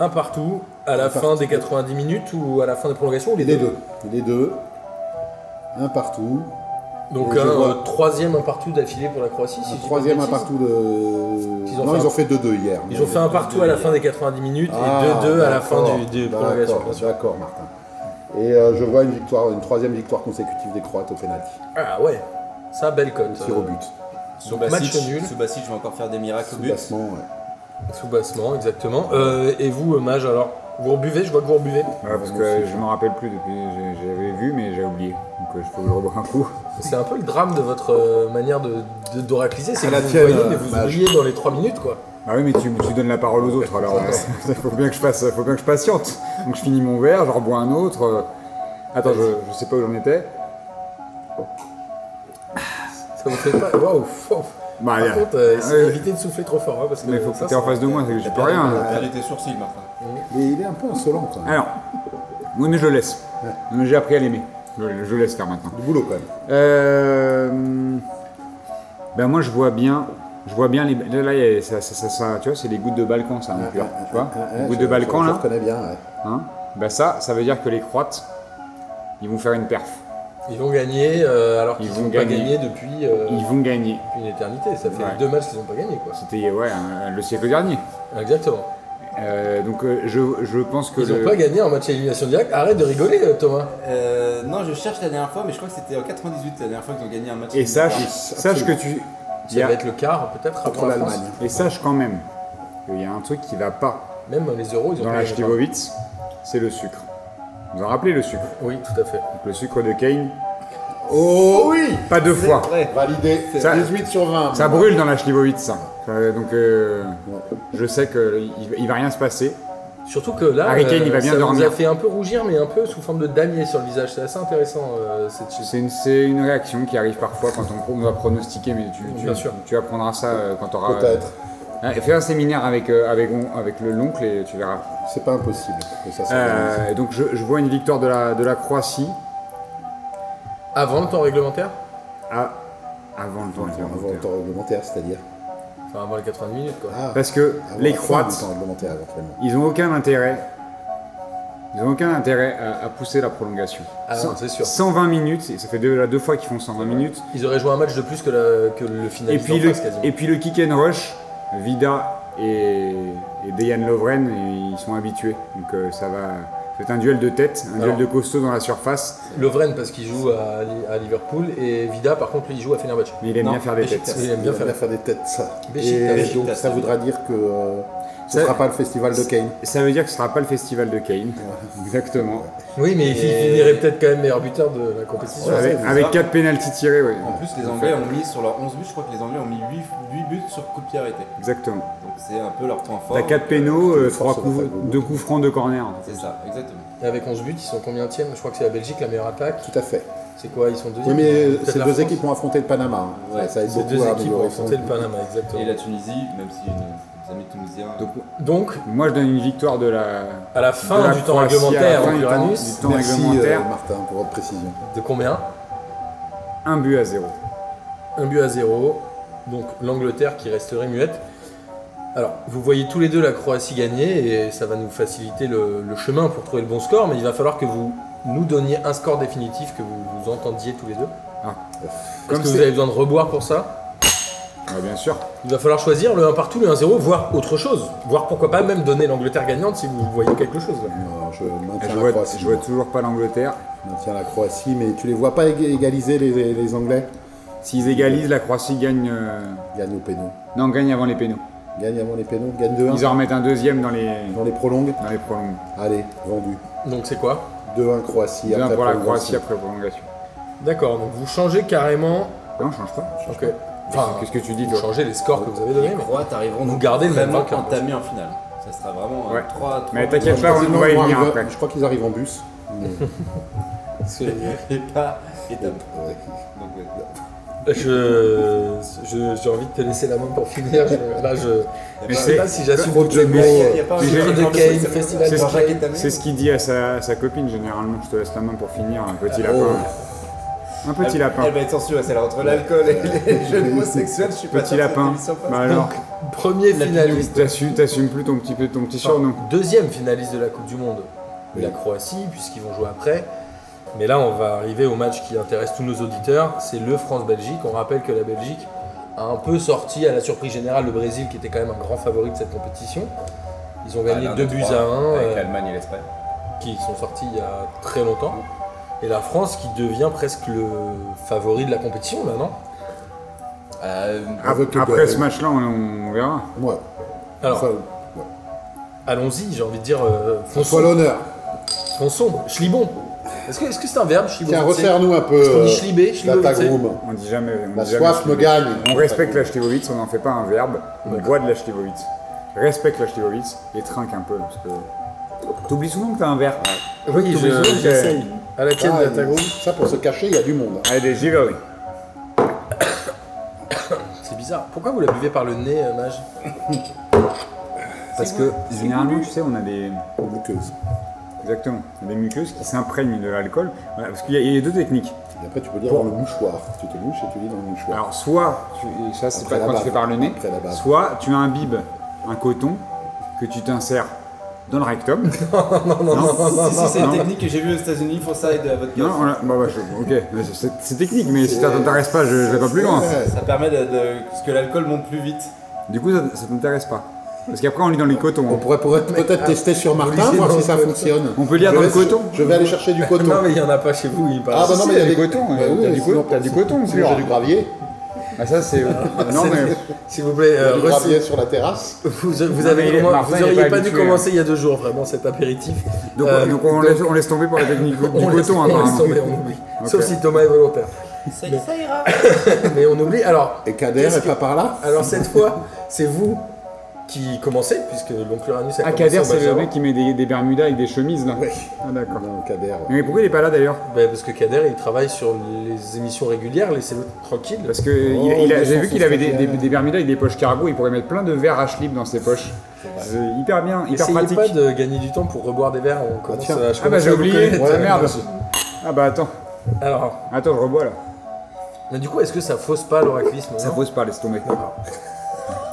Speaker 1: Un partout, à la
Speaker 5: Un
Speaker 1: fin
Speaker 5: partout.
Speaker 1: des 90 minutes ou à la fin des prolongations ou les
Speaker 5: Les
Speaker 1: deux
Speaker 5: deux. Les deux. Un partout.
Speaker 1: Donc,
Speaker 5: Et je
Speaker 1: un
Speaker 5: vois-
Speaker 1: euh, troisième un partout d'affilée pour la Croatie. si je
Speaker 5: Un
Speaker 1: dis pas de
Speaker 5: troisième, un
Speaker 1: bêtises.
Speaker 5: partout de.
Speaker 1: Ils ont
Speaker 5: non,
Speaker 1: fait
Speaker 5: ils
Speaker 1: un-
Speaker 5: ont fait 2-2 hier.
Speaker 1: Ils ont fait un partout à la fin des 90 minutes
Speaker 5: Ah,
Speaker 1: et 2-2 à la fin
Speaker 5: d'accord,
Speaker 1: du, des
Speaker 5: d'accord,
Speaker 1: prolongations. bien sûr.
Speaker 5: D'accord, Martin. Et euh, je vois une victoire, une troisième victoire consécutive des Croates au pénalty.
Speaker 1: Ah ouais, ça belle cote.
Speaker 5: Tir au but.
Speaker 3: Sous
Speaker 1: match
Speaker 3: Bassic-
Speaker 1: nul.
Speaker 3: sous Bassic, je vais encore faire des miracles au but.
Speaker 5: Déplacement, ouais.
Speaker 1: euh, Sous bassement, exactement. Euh, et vous, euh, Mage, alors Vous rebuvez, je vois que vous rebuvez.
Speaker 4: Ouais, Euh, parce que je m'en rappelle plus depuis, j'ai- j'avais vu mais j'ai oublié. Donc euh, je peux le revoir un coup.
Speaker 1: C'est un peu le drame de votre euh, manière de, de- d'oracliser, c'est
Speaker 5: À
Speaker 1: que
Speaker 5: la
Speaker 1: vous
Speaker 5: tienne,
Speaker 1: voyez mais
Speaker 5: euh,
Speaker 1: vous
Speaker 5: Mage.
Speaker 1: oubliez dans les 3 minutes, quoi.
Speaker 4: Ah oui, mais tu, tu donnes la parole aux autres, alors
Speaker 5: *laughs*
Speaker 4: il faut, bien que je fasse, faut bien que je patiente. Donc je finis mon verre, j'en rebois un autre. euh, Attends, je, je sais pas où j'en étais.
Speaker 1: Ça vous fait pas... Waouh, fou.
Speaker 4: Bah,
Speaker 1: Par
Speaker 4: y a-
Speaker 1: contre, euh, essayez
Speaker 4: Ouais.
Speaker 1: d'éviter de souffler trop fort, hein, parce que...
Speaker 4: Mais faut
Speaker 1: ça,
Speaker 4: que t'es en
Speaker 1: ça-
Speaker 4: face de moi, c'est que j'ai plus rien.
Speaker 3: T'as perdu tes sourcils, Martin.
Speaker 5: Mais il est un peu insolent quand même.
Speaker 4: Alors, oui, mais je le laisse. Mais J'ai appris à l'aimer. Je, je laisse faire maintenant.
Speaker 5: Du boulot quand même.
Speaker 4: Euh, ben moi je vois bien, je vois bien les. Là, là, y a- ça, ça, ça, ça- tu vois, c'est les gouttes de Balkan, ça,
Speaker 5: Ah,
Speaker 4: mon cœur, tu vois. les gouttes de Balkan
Speaker 5: Je
Speaker 4: là.
Speaker 5: reconnais bien, ouais.
Speaker 4: Hein ben ça, ça veut dire que les Croates, ils vont faire une perf.
Speaker 1: Ils vont gagner, euh, alors qu'ils
Speaker 4: Ils
Speaker 1: n'ont
Speaker 4: vont
Speaker 1: pas
Speaker 4: gagner.
Speaker 1: gagné depuis euh,
Speaker 4: Ils vont gagner.
Speaker 1: une éternité. Ça fait
Speaker 4: Ouais.
Speaker 1: deux matchs qu'ils n'ont pas gagné, quoi.
Speaker 4: C'était ouais, un- le siècle dernier.
Speaker 1: Exactement.
Speaker 4: Euh, donc euh, je, je pense que
Speaker 1: Ils n'ont
Speaker 4: le-
Speaker 1: pas gagné en match à élimination directe. Arrête de rigoler, euh, Thomas.
Speaker 3: Euh, non, je cherche la dernière fois, mais je crois que c'était en 98 la dernière fois qu'ils ont gagné un match.
Speaker 4: et sache,
Speaker 3: éliminatoire.
Speaker 4: sache que tu il
Speaker 1: Ça
Speaker 4: y a-
Speaker 1: va être le quart, peut-être,
Speaker 5: Contre
Speaker 1: avant la France.
Speaker 5: l'Allemagne.
Speaker 4: et sache quand même qu'il y a un truc qui va pas
Speaker 1: Même les euros, ils ont
Speaker 4: dans
Speaker 1: pas
Speaker 4: la
Speaker 1: gagné, quoi.
Speaker 4: Stivovitz, c'est le sucre. Vous en rappelez le sucre
Speaker 1: Oui, tout à fait.
Speaker 4: Donc, Le sucre de Kane,
Speaker 5: Oh oui
Speaker 4: pas deux
Speaker 3: C'est
Speaker 4: fois.
Speaker 3: vrai.
Speaker 5: Validé.
Speaker 4: Ça-
Speaker 5: 18 sur 20.
Speaker 4: Ça brûle dans la Stivovitz, ça. Euh, donc euh,
Speaker 5: Ouais.
Speaker 4: je sais qu'il il va rien se passer.
Speaker 1: Surtout que là, euh,
Speaker 4: Harry Kane, il va bien
Speaker 1: ça nous a
Speaker 4: dormir.
Speaker 1: fait un peu rougir, mais un peu sous forme de damier sur le visage. C'est assez intéressant, euh, cette chute.
Speaker 4: C'est une, c'est une réaction qui arrive parfois quand on, pro- on doit pronostiquer, mais tu, tu,
Speaker 1: Bien sûr.
Speaker 4: tu apprendras ça euh, quand tu auras.
Speaker 5: Peut-être.
Speaker 4: fais un séminaire avec, euh, avec, on- avec le l'oncle et tu verras.
Speaker 5: C'est pas impossible que ça s'organise.
Speaker 4: Euh, et donc je, je vois une victoire de la, de la Croatie
Speaker 1: Avant le temps réglementaire
Speaker 4: à, avant le temps
Speaker 5: Avant le
Speaker 4: réglementaire.
Speaker 5: temps réglementaire, c'est-à-dire.
Speaker 1: Enfin, avant les 90 minutes, quoi.
Speaker 5: Ah,
Speaker 4: Parce que
Speaker 5: avant
Speaker 4: les
Speaker 5: la fin du
Speaker 4: Croates,
Speaker 5: temps réglementaire, éventuellement.
Speaker 4: ils n'ont aucun intérêt. Ils n'ont aucun intérêt à, à pousser la prolongation.
Speaker 1: Ah non,
Speaker 4: Cent-
Speaker 1: c'est sûr.
Speaker 4: 120 minutes, et ça fait déjà deux fois qu'ils font 120 minutes.
Speaker 1: Ils auraient joué un match de plus que, la- que le final.
Speaker 4: Et puis,
Speaker 1: le...
Speaker 4: le, et puis le kick and rush, Vida et, et Dejan Lovren, ils sont habitués. Donc euh, ça va. C'est un duel de tête, un
Speaker 1: Alors.
Speaker 4: duel de costaud dans la surface,
Speaker 1: Lovren, parce qu'il joue à, Li- à Liverpool, et Vida, par contre, lui, il joue à Fenerbahce.
Speaker 4: mais il aime
Speaker 3: Non,
Speaker 4: bien faire des
Speaker 3: Beşiktaş.
Speaker 4: têtes.
Speaker 1: Il aime bien faire
Speaker 5: la fin des têtes, ça.
Speaker 1: Beşiktaş.
Speaker 5: Et donc,
Speaker 3: Beşiktaş.
Speaker 5: ça voudra dire que euh, ce
Speaker 4: Ça-
Speaker 5: sera pas le festival de Kane.
Speaker 4: Ça veut dire que ce ne sera pas le festival de Kane. Exactement.
Speaker 1: Oui, mais
Speaker 3: Et-
Speaker 1: il finirait peut-être quand même meilleur buteur de la compétition.
Speaker 5: Ouais,
Speaker 4: avec
Speaker 5: c'est
Speaker 4: avec 4 pénalties tirés, oui.
Speaker 3: En plus, les Anglais ont mis sur leurs 11 buts, je crois que les Anglais ont mis 8, buts sur coup de pied arrêté.
Speaker 4: Exactement.
Speaker 3: Donc c'est un peu leur point fort.
Speaker 4: T'as 4 pénaux,
Speaker 5: putain,
Speaker 4: 3
Speaker 5: force,
Speaker 4: coups,
Speaker 5: ça fait
Speaker 4: 2 coups francs, 2 corners.
Speaker 3: C'est ça, exactement.
Speaker 1: Et avec 11 buts, ils sont combien tièmes Je crois que c'est la Belgique la meilleure attaque.
Speaker 5: Tout à fait.
Speaker 1: C'est quoi Ils sont
Speaker 5: Oui,
Speaker 1: deuxièmes
Speaker 5: mais
Speaker 1: Peut-être
Speaker 5: ces
Speaker 1: la
Speaker 5: deux
Speaker 1: France
Speaker 5: équipes ont affronté le Panama. hein.
Speaker 3: Ouais,
Speaker 5: ça, ça aide
Speaker 1: Ces
Speaker 5: beaucoup
Speaker 1: deux équipes
Speaker 5: à
Speaker 1: ont
Speaker 5: améliorer son-
Speaker 1: affronté le Panama, exactement.
Speaker 3: Et la Tunisie, même si nos nos amis tunisiens.
Speaker 4: Donc,
Speaker 1: Donc,
Speaker 4: moi, je donne une victoire de la.
Speaker 1: à la
Speaker 4: de
Speaker 1: fin
Speaker 4: la
Speaker 1: du temps
Speaker 4: Croatie à la
Speaker 1: réglementaire,
Speaker 4: fin
Speaker 1: en
Speaker 4: du temps-
Speaker 1: Uranus,
Speaker 4: du temps
Speaker 5: Merci
Speaker 4: réglementaire,
Speaker 5: euh, Martin pour votre précision.
Speaker 1: de combien
Speaker 4: 1 but à 0.
Speaker 1: Un but à zéro. Donc l'Angleterre qui resterait muette. Alors, vous voyez tous les deux la Croatie gagner et ça va nous faciliter le, le chemin pour trouver le bon score, mais il va falloir que vous nous donniez un score définitif que vous, vous entendiez tous les deux. Est-ce
Speaker 4: Ah. Comme
Speaker 1: que vous
Speaker 4: c'est.
Speaker 1: avez besoin de reboire pour ça
Speaker 4: Ah, bien sûr.
Speaker 1: Il va falloir choisir le 1 partout, le 1-0, voire autre chose. Voire pourquoi pas même donner l'Angleterre gagnante si vous voyez quelque chose. là.
Speaker 5: Non, je
Speaker 4: Je
Speaker 5: maintiens la
Speaker 4: vois,
Speaker 5: Croatie.
Speaker 4: je vois
Speaker 5: moi.
Speaker 4: toujours pas l'Angleterre.
Speaker 5: Je maintiens la Croatie, mais tu les vois pas ég- égaliser les, les- les Anglais
Speaker 4: S'ils égalisent, la Croatie gagne. euh,
Speaker 5: Gagne au pénaux.
Speaker 4: Non, gagne avant les pénaux.
Speaker 5: Gagne avant les pénaux, gagne 2-1
Speaker 4: Ils en remettent un deuxième dans les,
Speaker 5: dans les prolongues.
Speaker 4: dans les prolongations.
Speaker 5: Allez, vendu.
Speaker 1: Donc c'est quoi
Speaker 5: 2-1 Croatie.
Speaker 4: Deux
Speaker 5: après
Speaker 4: pour la
Speaker 5: prolongation.
Speaker 4: Croatie après prolongation.
Speaker 1: D'accord, donc vous changez carrément.
Speaker 4: Non, change pas.
Speaker 1: Ok. Enfin,
Speaker 4: Qu'est-ce que tu dis,
Speaker 1: vous
Speaker 4: toi
Speaker 1: changez les scores que vous avez donnés.
Speaker 3: les
Speaker 1: mais-
Speaker 3: Croates arriveront
Speaker 1: Vous gardez le même
Speaker 3: vraiment
Speaker 1: vainqueur.
Speaker 3: entamés en finale. Ça sera vraiment
Speaker 4: Ouais.
Speaker 3: 3
Speaker 4: Mais
Speaker 5: Je
Speaker 4: t'inquiète
Speaker 5: crois
Speaker 4: pas,
Speaker 5: qu'ils
Speaker 4: on
Speaker 5: vont
Speaker 4: va y
Speaker 5: arriver-
Speaker 4: venir après.
Speaker 5: Je crois qu'ils arrivent en bus.
Speaker 3: Et pas étape.
Speaker 5: Ouais.
Speaker 3: Donc, ouais.
Speaker 1: Je, je- j'ai envie de te laisser la main pour finir. Je- là, je
Speaker 4: Mais
Speaker 1: je
Speaker 4: c'est-
Speaker 1: sais pas si j'assume
Speaker 5: Trop
Speaker 1: toutes
Speaker 5: de
Speaker 1: les
Speaker 5: mots.
Speaker 1: mots.
Speaker 3: y a pas un
Speaker 1: Titre de
Speaker 4: jeu
Speaker 3: de
Speaker 1: Kane,
Speaker 3: jeu.
Speaker 1: festival
Speaker 4: C'est
Speaker 1: de
Speaker 4: ce
Speaker 1: Jacques
Speaker 3: qui-
Speaker 1: Etamé.
Speaker 4: C'est ce qu'il dit à sa, sa copine généralement. Je te laisse la main pour finir, un petit lapin. Un petit
Speaker 3: Elle-
Speaker 4: lapin.
Speaker 3: Elle va être censurée, celle-là. Entre l'alcool et les jeux de mots sexuels, je suis pas
Speaker 4: Petit
Speaker 3: sûr que cette
Speaker 4: lapin.
Speaker 3: émission passe.
Speaker 4: Bah alors,
Speaker 1: Premier finaliste.
Speaker 4: t'assumes t'assumes plus ton petit, peu- ton petit
Speaker 1: Enfin,
Speaker 4: surnom.
Speaker 1: deuxième finaliste de la Coupe du Monde. La Croatie, puisqu'ils vont jouer après. Mais là, on va arriver au match qui intéresse tous nos auditeurs. C'est le France-Belgique. On rappelle que la Belgique a un peu sorti à la surprise générale le Brésil, qui était quand même un grand favori de cette compétition. Ils ont gagné
Speaker 3: Ah, l'un
Speaker 1: deux
Speaker 3: des
Speaker 1: buts
Speaker 3: trois,
Speaker 1: à un.
Speaker 3: Avec
Speaker 1: euh,
Speaker 3: l'Allemagne et l'Espagne.
Speaker 1: qui sont sortis il y a très longtemps. Et la France qui devient presque le favori de la compétition là, non
Speaker 3: Euh,
Speaker 5: Avec
Speaker 4: Après,
Speaker 5: le-
Speaker 4: après ce match-là, on, on verra.
Speaker 5: Ouais.
Speaker 1: Alors,
Speaker 5: Enfin,
Speaker 1: allons-y, j'ai envie de dire, euh,
Speaker 5: Soit
Speaker 1: fonçons,
Speaker 5: l'honneur.
Speaker 1: fonçons, schlibon. Est-ce que est-ce que c'est un verbe, schlibon
Speaker 5: Tiens,
Speaker 1: tu sais
Speaker 5: resserre-nous un
Speaker 1: Est-ce qu'on
Speaker 5: peu
Speaker 1: dit
Speaker 5: euh,
Speaker 1: schlibé,
Speaker 5: la
Speaker 1: schlibon, tu sais
Speaker 5: tagroom.
Speaker 4: On dit jamais. on
Speaker 5: La
Speaker 4: dit jamais
Speaker 5: soif me
Speaker 4: Schlivovitz.
Speaker 5: gagne.
Speaker 4: On respecte la Schlivovitz, on n'en fait pas un verbe. On boit de la Schlivovitz. Respecte la Schlivovitz et trinque un peu. Parce que. T'oublies souvent que t'as un verre.
Speaker 1: Oui,
Speaker 4: T'oublies
Speaker 5: Euh,
Speaker 4: souvent
Speaker 1: je-
Speaker 4: que-
Speaker 1: j'essaye. À la tienne,
Speaker 5: Ah,
Speaker 1: la tagroom.
Speaker 5: Ça, pour se cacher, il y a du monde. hein,
Speaker 4: Allez, j'y vais, oui.
Speaker 1: C'est bizarre. Pourquoi vous la buvez par le nez, euh, Mage
Speaker 4: Parce que généralement, tu sais, on a des.
Speaker 5: Bouqueuse.
Speaker 4: Exactement. Des muqueuses qui s'imprègnent de l'alcool. Voilà, parce qu'il y, a- il y a deux techniques.
Speaker 5: Et après, tu peux dire
Speaker 4: Bon.
Speaker 5: dans le mouchoir. Tu te mouches et tu lis dans le mouchoir.
Speaker 4: Alors, soit, tu- ça c'est
Speaker 5: Après
Speaker 4: pas
Speaker 5: la
Speaker 4: quand tu
Speaker 5: bave.
Speaker 4: fais par le nez,
Speaker 5: Après la bave.
Speaker 4: soit tu imbibes un coton que tu t'insères dans le rectum.
Speaker 1: Non, non, non, non, non,
Speaker 3: Si, si, c'est une
Speaker 4: bah, non.
Speaker 3: technique que j'ai vue aux États-Unis pour ça et de la vodka.
Speaker 4: Non, on l'a- bah, bah, je- ok, mais c'est- c'est- c'est technique, mais si ça t'intéresse pas, je, je vais pas plus loin.
Speaker 5: Ouais.
Speaker 3: Ça permet de, de- que l'alcool monte plus vite.
Speaker 4: Du coup, ça, ça t'intéresse pas. Parce qu'après, on lit dans les cotons. hein.
Speaker 5: On pourrait, pourrait peut-être Ah, tester sur Martin,
Speaker 1: lycée
Speaker 5: voir
Speaker 1: dans
Speaker 5: si
Speaker 1: le
Speaker 5: ça
Speaker 1: coton.
Speaker 5: fonctionne.
Speaker 4: On peut lire
Speaker 5: Je
Speaker 4: dans
Speaker 5: vais-
Speaker 4: le coton.
Speaker 5: Je vais aller chercher *laughs* du coton.
Speaker 1: Non, mais il n'y en a pas chez vous, il
Speaker 5: Ah
Speaker 1: parle.
Speaker 5: bah non, mais il y a
Speaker 4: du
Speaker 5: des
Speaker 4: coton,
Speaker 5: Bah
Speaker 4: il y a
Speaker 5: oui,
Speaker 4: du
Speaker 5: sinon-
Speaker 4: co- t'as du coton,
Speaker 5: sinon
Speaker 4: sûr.
Speaker 5: j'ai du gravier.
Speaker 4: Ah, ça, c'est. non, mais.
Speaker 1: S'il vous plaît,
Speaker 5: bah, Il y a
Speaker 1: euh,
Speaker 5: du
Speaker 1: rece-
Speaker 5: gravier sur la terrasse.
Speaker 1: vous, vous,
Speaker 4: Non,
Speaker 1: avez
Speaker 4: mais il est-
Speaker 1: comment-
Speaker 4: Martin,
Speaker 1: vous
Speaker 4: il est
Speaker 1: auriez
Speaker 4: pas
Speaker 1: pas, dû
Speaker 4: habitué, hein.
Speaker 1: commencer il y a deux jours, vraiment, cet apéritif.
Speaker 4: Donc,
Speaker 1: Euh,
Speaker 4: donc on, laisse, on laisse tomber pour la technique du
Speaker 1: on laisse-
Speaker 4: coton,
Speaker 1: on laisse
Speaker 4: apparemment.
Speaker 1: tomber, on oublie.
Speaker 4: Ok.
Speaker 1: Sauf si Thomas est volontaire.
Speaker 6: Ça, ça ira.
Speaker 1: *laughs* Mais on oublie. Alors,
Speaker 5: Et Kader
Speaker 1: Qu'est-ce
Speaker 5: est pas par là
Speaker 1: alors cette fois, c'est vous qui commencez, puisque l'oncle Uranus a
Speaker 4: Ah,
Speaker 1: commencé
Speaker 4: Kader,
Speaker 1: en
Speaker 4: c'est le
Speaker 1: Bergeron.
Speaker 4: mec qui met des, des bermudas avec des chemises, là.
Speaker 5: Oui.
Speaker 4: Ah, d'accord.
Speaker 5: Non, Kader. ouais.
Speaker 4: Mais pourquoi il est pas là d'ailleurs
Speaker 1: Bah, parce que Kader, il travaille sur les émissions régulières, laissez-le tranquille.
Speaker 4: Parce que il-
Speaker 1: Oh,
Speaker 4: il a- j'ai vu qu'il avait des, des,
Speaker 1: hein.
Speaker 5: 261.
Speaker 4: des Bermudas avec des poches cargo, il pourrait mettre plein de verres à slip dans ses poches. C'est hyper bien, hyper
Speaker 1: Essayez
Speaker 4: pratique.
Speaker 1: pas de gagner du temps pour reboire des verres, on commence
Speaker 5: tiens.
Speaker 1: à- je
Speaker 4: Ah bah
Speaker 1: commence
Speaker 4: j'ai
Speaker 1: à vous
Speaker 4: oublié,
Speaker 1: connaître.
Speaker 4: Ah,
Speaker 5: Ouais,
Speaker 4: merde.
Speaker 5: merci.
Speaker 4: Ah bah attends,
Speaker 1: Alors,
Speaker 4: attends, je rebois là.
Speaker 1: mais du coup, est-ce que ça fausse pas l'oraclisme
Speaker 4: Ça
Speaker 1: non
Speaker 4: fausse pas, laisse tomber. Ah.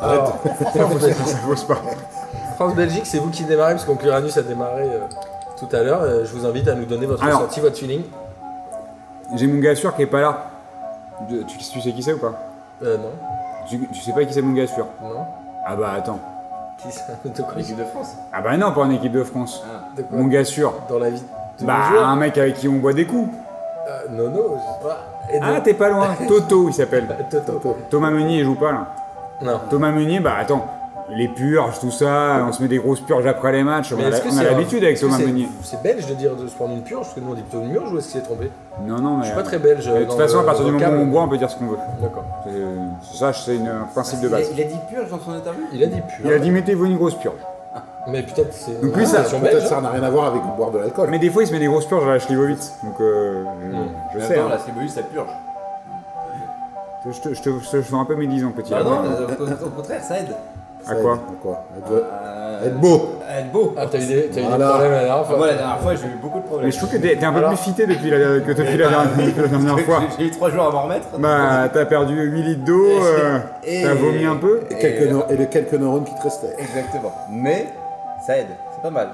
Speaker 1: Alors,
Speaker 4: *laughs* Ça fausse pas.
Speaker 1: France-Belgique, c'est vous qui démarrez, parce qu'Oncle Uranus a démarré euh, tout à l'heure. Euh, je vous invite à nous donner votre
Speaker 4: Alors.
Speaker 1: ressenti, votre feeling.
Speaker 4: J'ai mon gars sûr qui est pas là. De- Tu, tu sais qui c'est ou pas
Speaker 1: Euh, non,
Speaker 4: tu, tu sais pas qui c'est mon gars sûr
Speaker 1: non.
Speaker 4: Ah bah attends.
Speaker 1: Qui ça *laughs* De quoi
Speaker 3: L'équipe de France.
Speaker 4: Ah bah non, pas en équipe de France.
Speaker 1: De quoi
Speaker 4: Mon gars sûr.
Speaker 1: Dans la vie de
Speaker 4: Bah
Speaker 1: nos jours
Speaker 4: un mec avec qui on boit des coups.
Speaker 1: Euh, Nono, je sais pas. Et
Speaker 4: Ah
Speaker 1: donc-
Speaker 4: t'es
Speaker 1: *laughs*
Speaker 4: pas loin, Toto il s'appelle.
Speaker 1: Toto.
Speaker 4: Thomas Meunier il joue pas là.
Speaker 1: Non.
Speaker 4: Thomas Meunier, bah attends, les purges, tout ça, on se met des grosses purges après les matchs, on
Speaker 1: Mais
Speaker 4: a,
Speaker 1: est-ce que
Speaker 4: on a
Speaker 1: c'est un-
Speaker 4: l'habitude avec
Speaker 1: est-ce que
Speaker 4: Thomas
Speaker 1: c'est-
Speaker 4: Meunier.
Speaker 1: C'est belge de dire de se prendre une purge, parce que nous on dit plutôt une murge ou est-ce qu'il s'est trompé
Speaker 4: Non, non, mais.
Speaker 1: Je suis pas très belge.
Speaker 4: mais de
Speaker 1: dans
Speaker 4: toute façon,
Speaker 1: le-
Speaker 4: à partir du
Speaker 1: dans le
Speaker 4: moment où on
Speaker 1: câble.
Speaker 4: boit, on peut dire ce qu'on veut.
Speaker 1: D'accord.
Speaker 4: C'est- Ça, c'est une- un principe de
Speaker 6: Il a,
Speaker 4: base.
Speaker 6: il a dit purge dans son interview.
Speaker 1: Il a dit purge.
Speaker 4: Il a dit mettez-vous une grosse purge.
Speaker 1: Mais peut-être c'est.
Speaker 4: Donc lui, ça-
Speaker 1: c'est belge.
Speaker 5: Ah, Peut-être ça n'a rien à voir avec boire de l'alcool.
Speaker 4: Mais des fois, il se met des grosses purges à la Slivovic. Donc, euh, je, je
Speaker 3: Mais
Speaker 4: sais.
Speaker 3: attends,
Speaker 4: hein.
Speaker 3: la Slibovic, ça purge.
Speaker 4: Je, te, je, te- je te sens un peu médisant, petit.
Speaker 1: Ah
Speaker 6: Bah
Speaker 4: là.
Speaker 6: non, euh, au, au contraire, ça aide.
Speaker 5: Ça
Speaker 4: à
Speaker 5: aide.
Speaker 4: quoi
Speaker 5: À quoi Être-
Speaker 6: Euh,
Speaker 5: Être beau.
Speaker 6: à être beau.
Speaker 1: Ah, t'as eu des, t'as eu des
Speaker 5: Voilà.
Speaker 1: problèmes la dernière fois.
Speaker 3: Ah, Moi, la dernière fois, j'ai eu beaucoup de problèmes.
Speaker 4: Mais je trouve que t'es t'es un peu
Speaker 1: Alors-
Speaker 4: plus fité depuis la, que depuis la dernière, *laughs* depuis la dernière fois.
Speaker 3: *laughs* J'ai eu trois jours à m'en remettre.
Speaker 4: Bah, t'as perdu 8 litres d'eau, euh,
Speaker 3: Et-
Speaker 4: t'as vomi un peu.
Speaker 5: Et, quelques neu- et les quelques neurones qui te restaient.
Speaker 3: Exactement. Mais ça aide, c'est pas mal.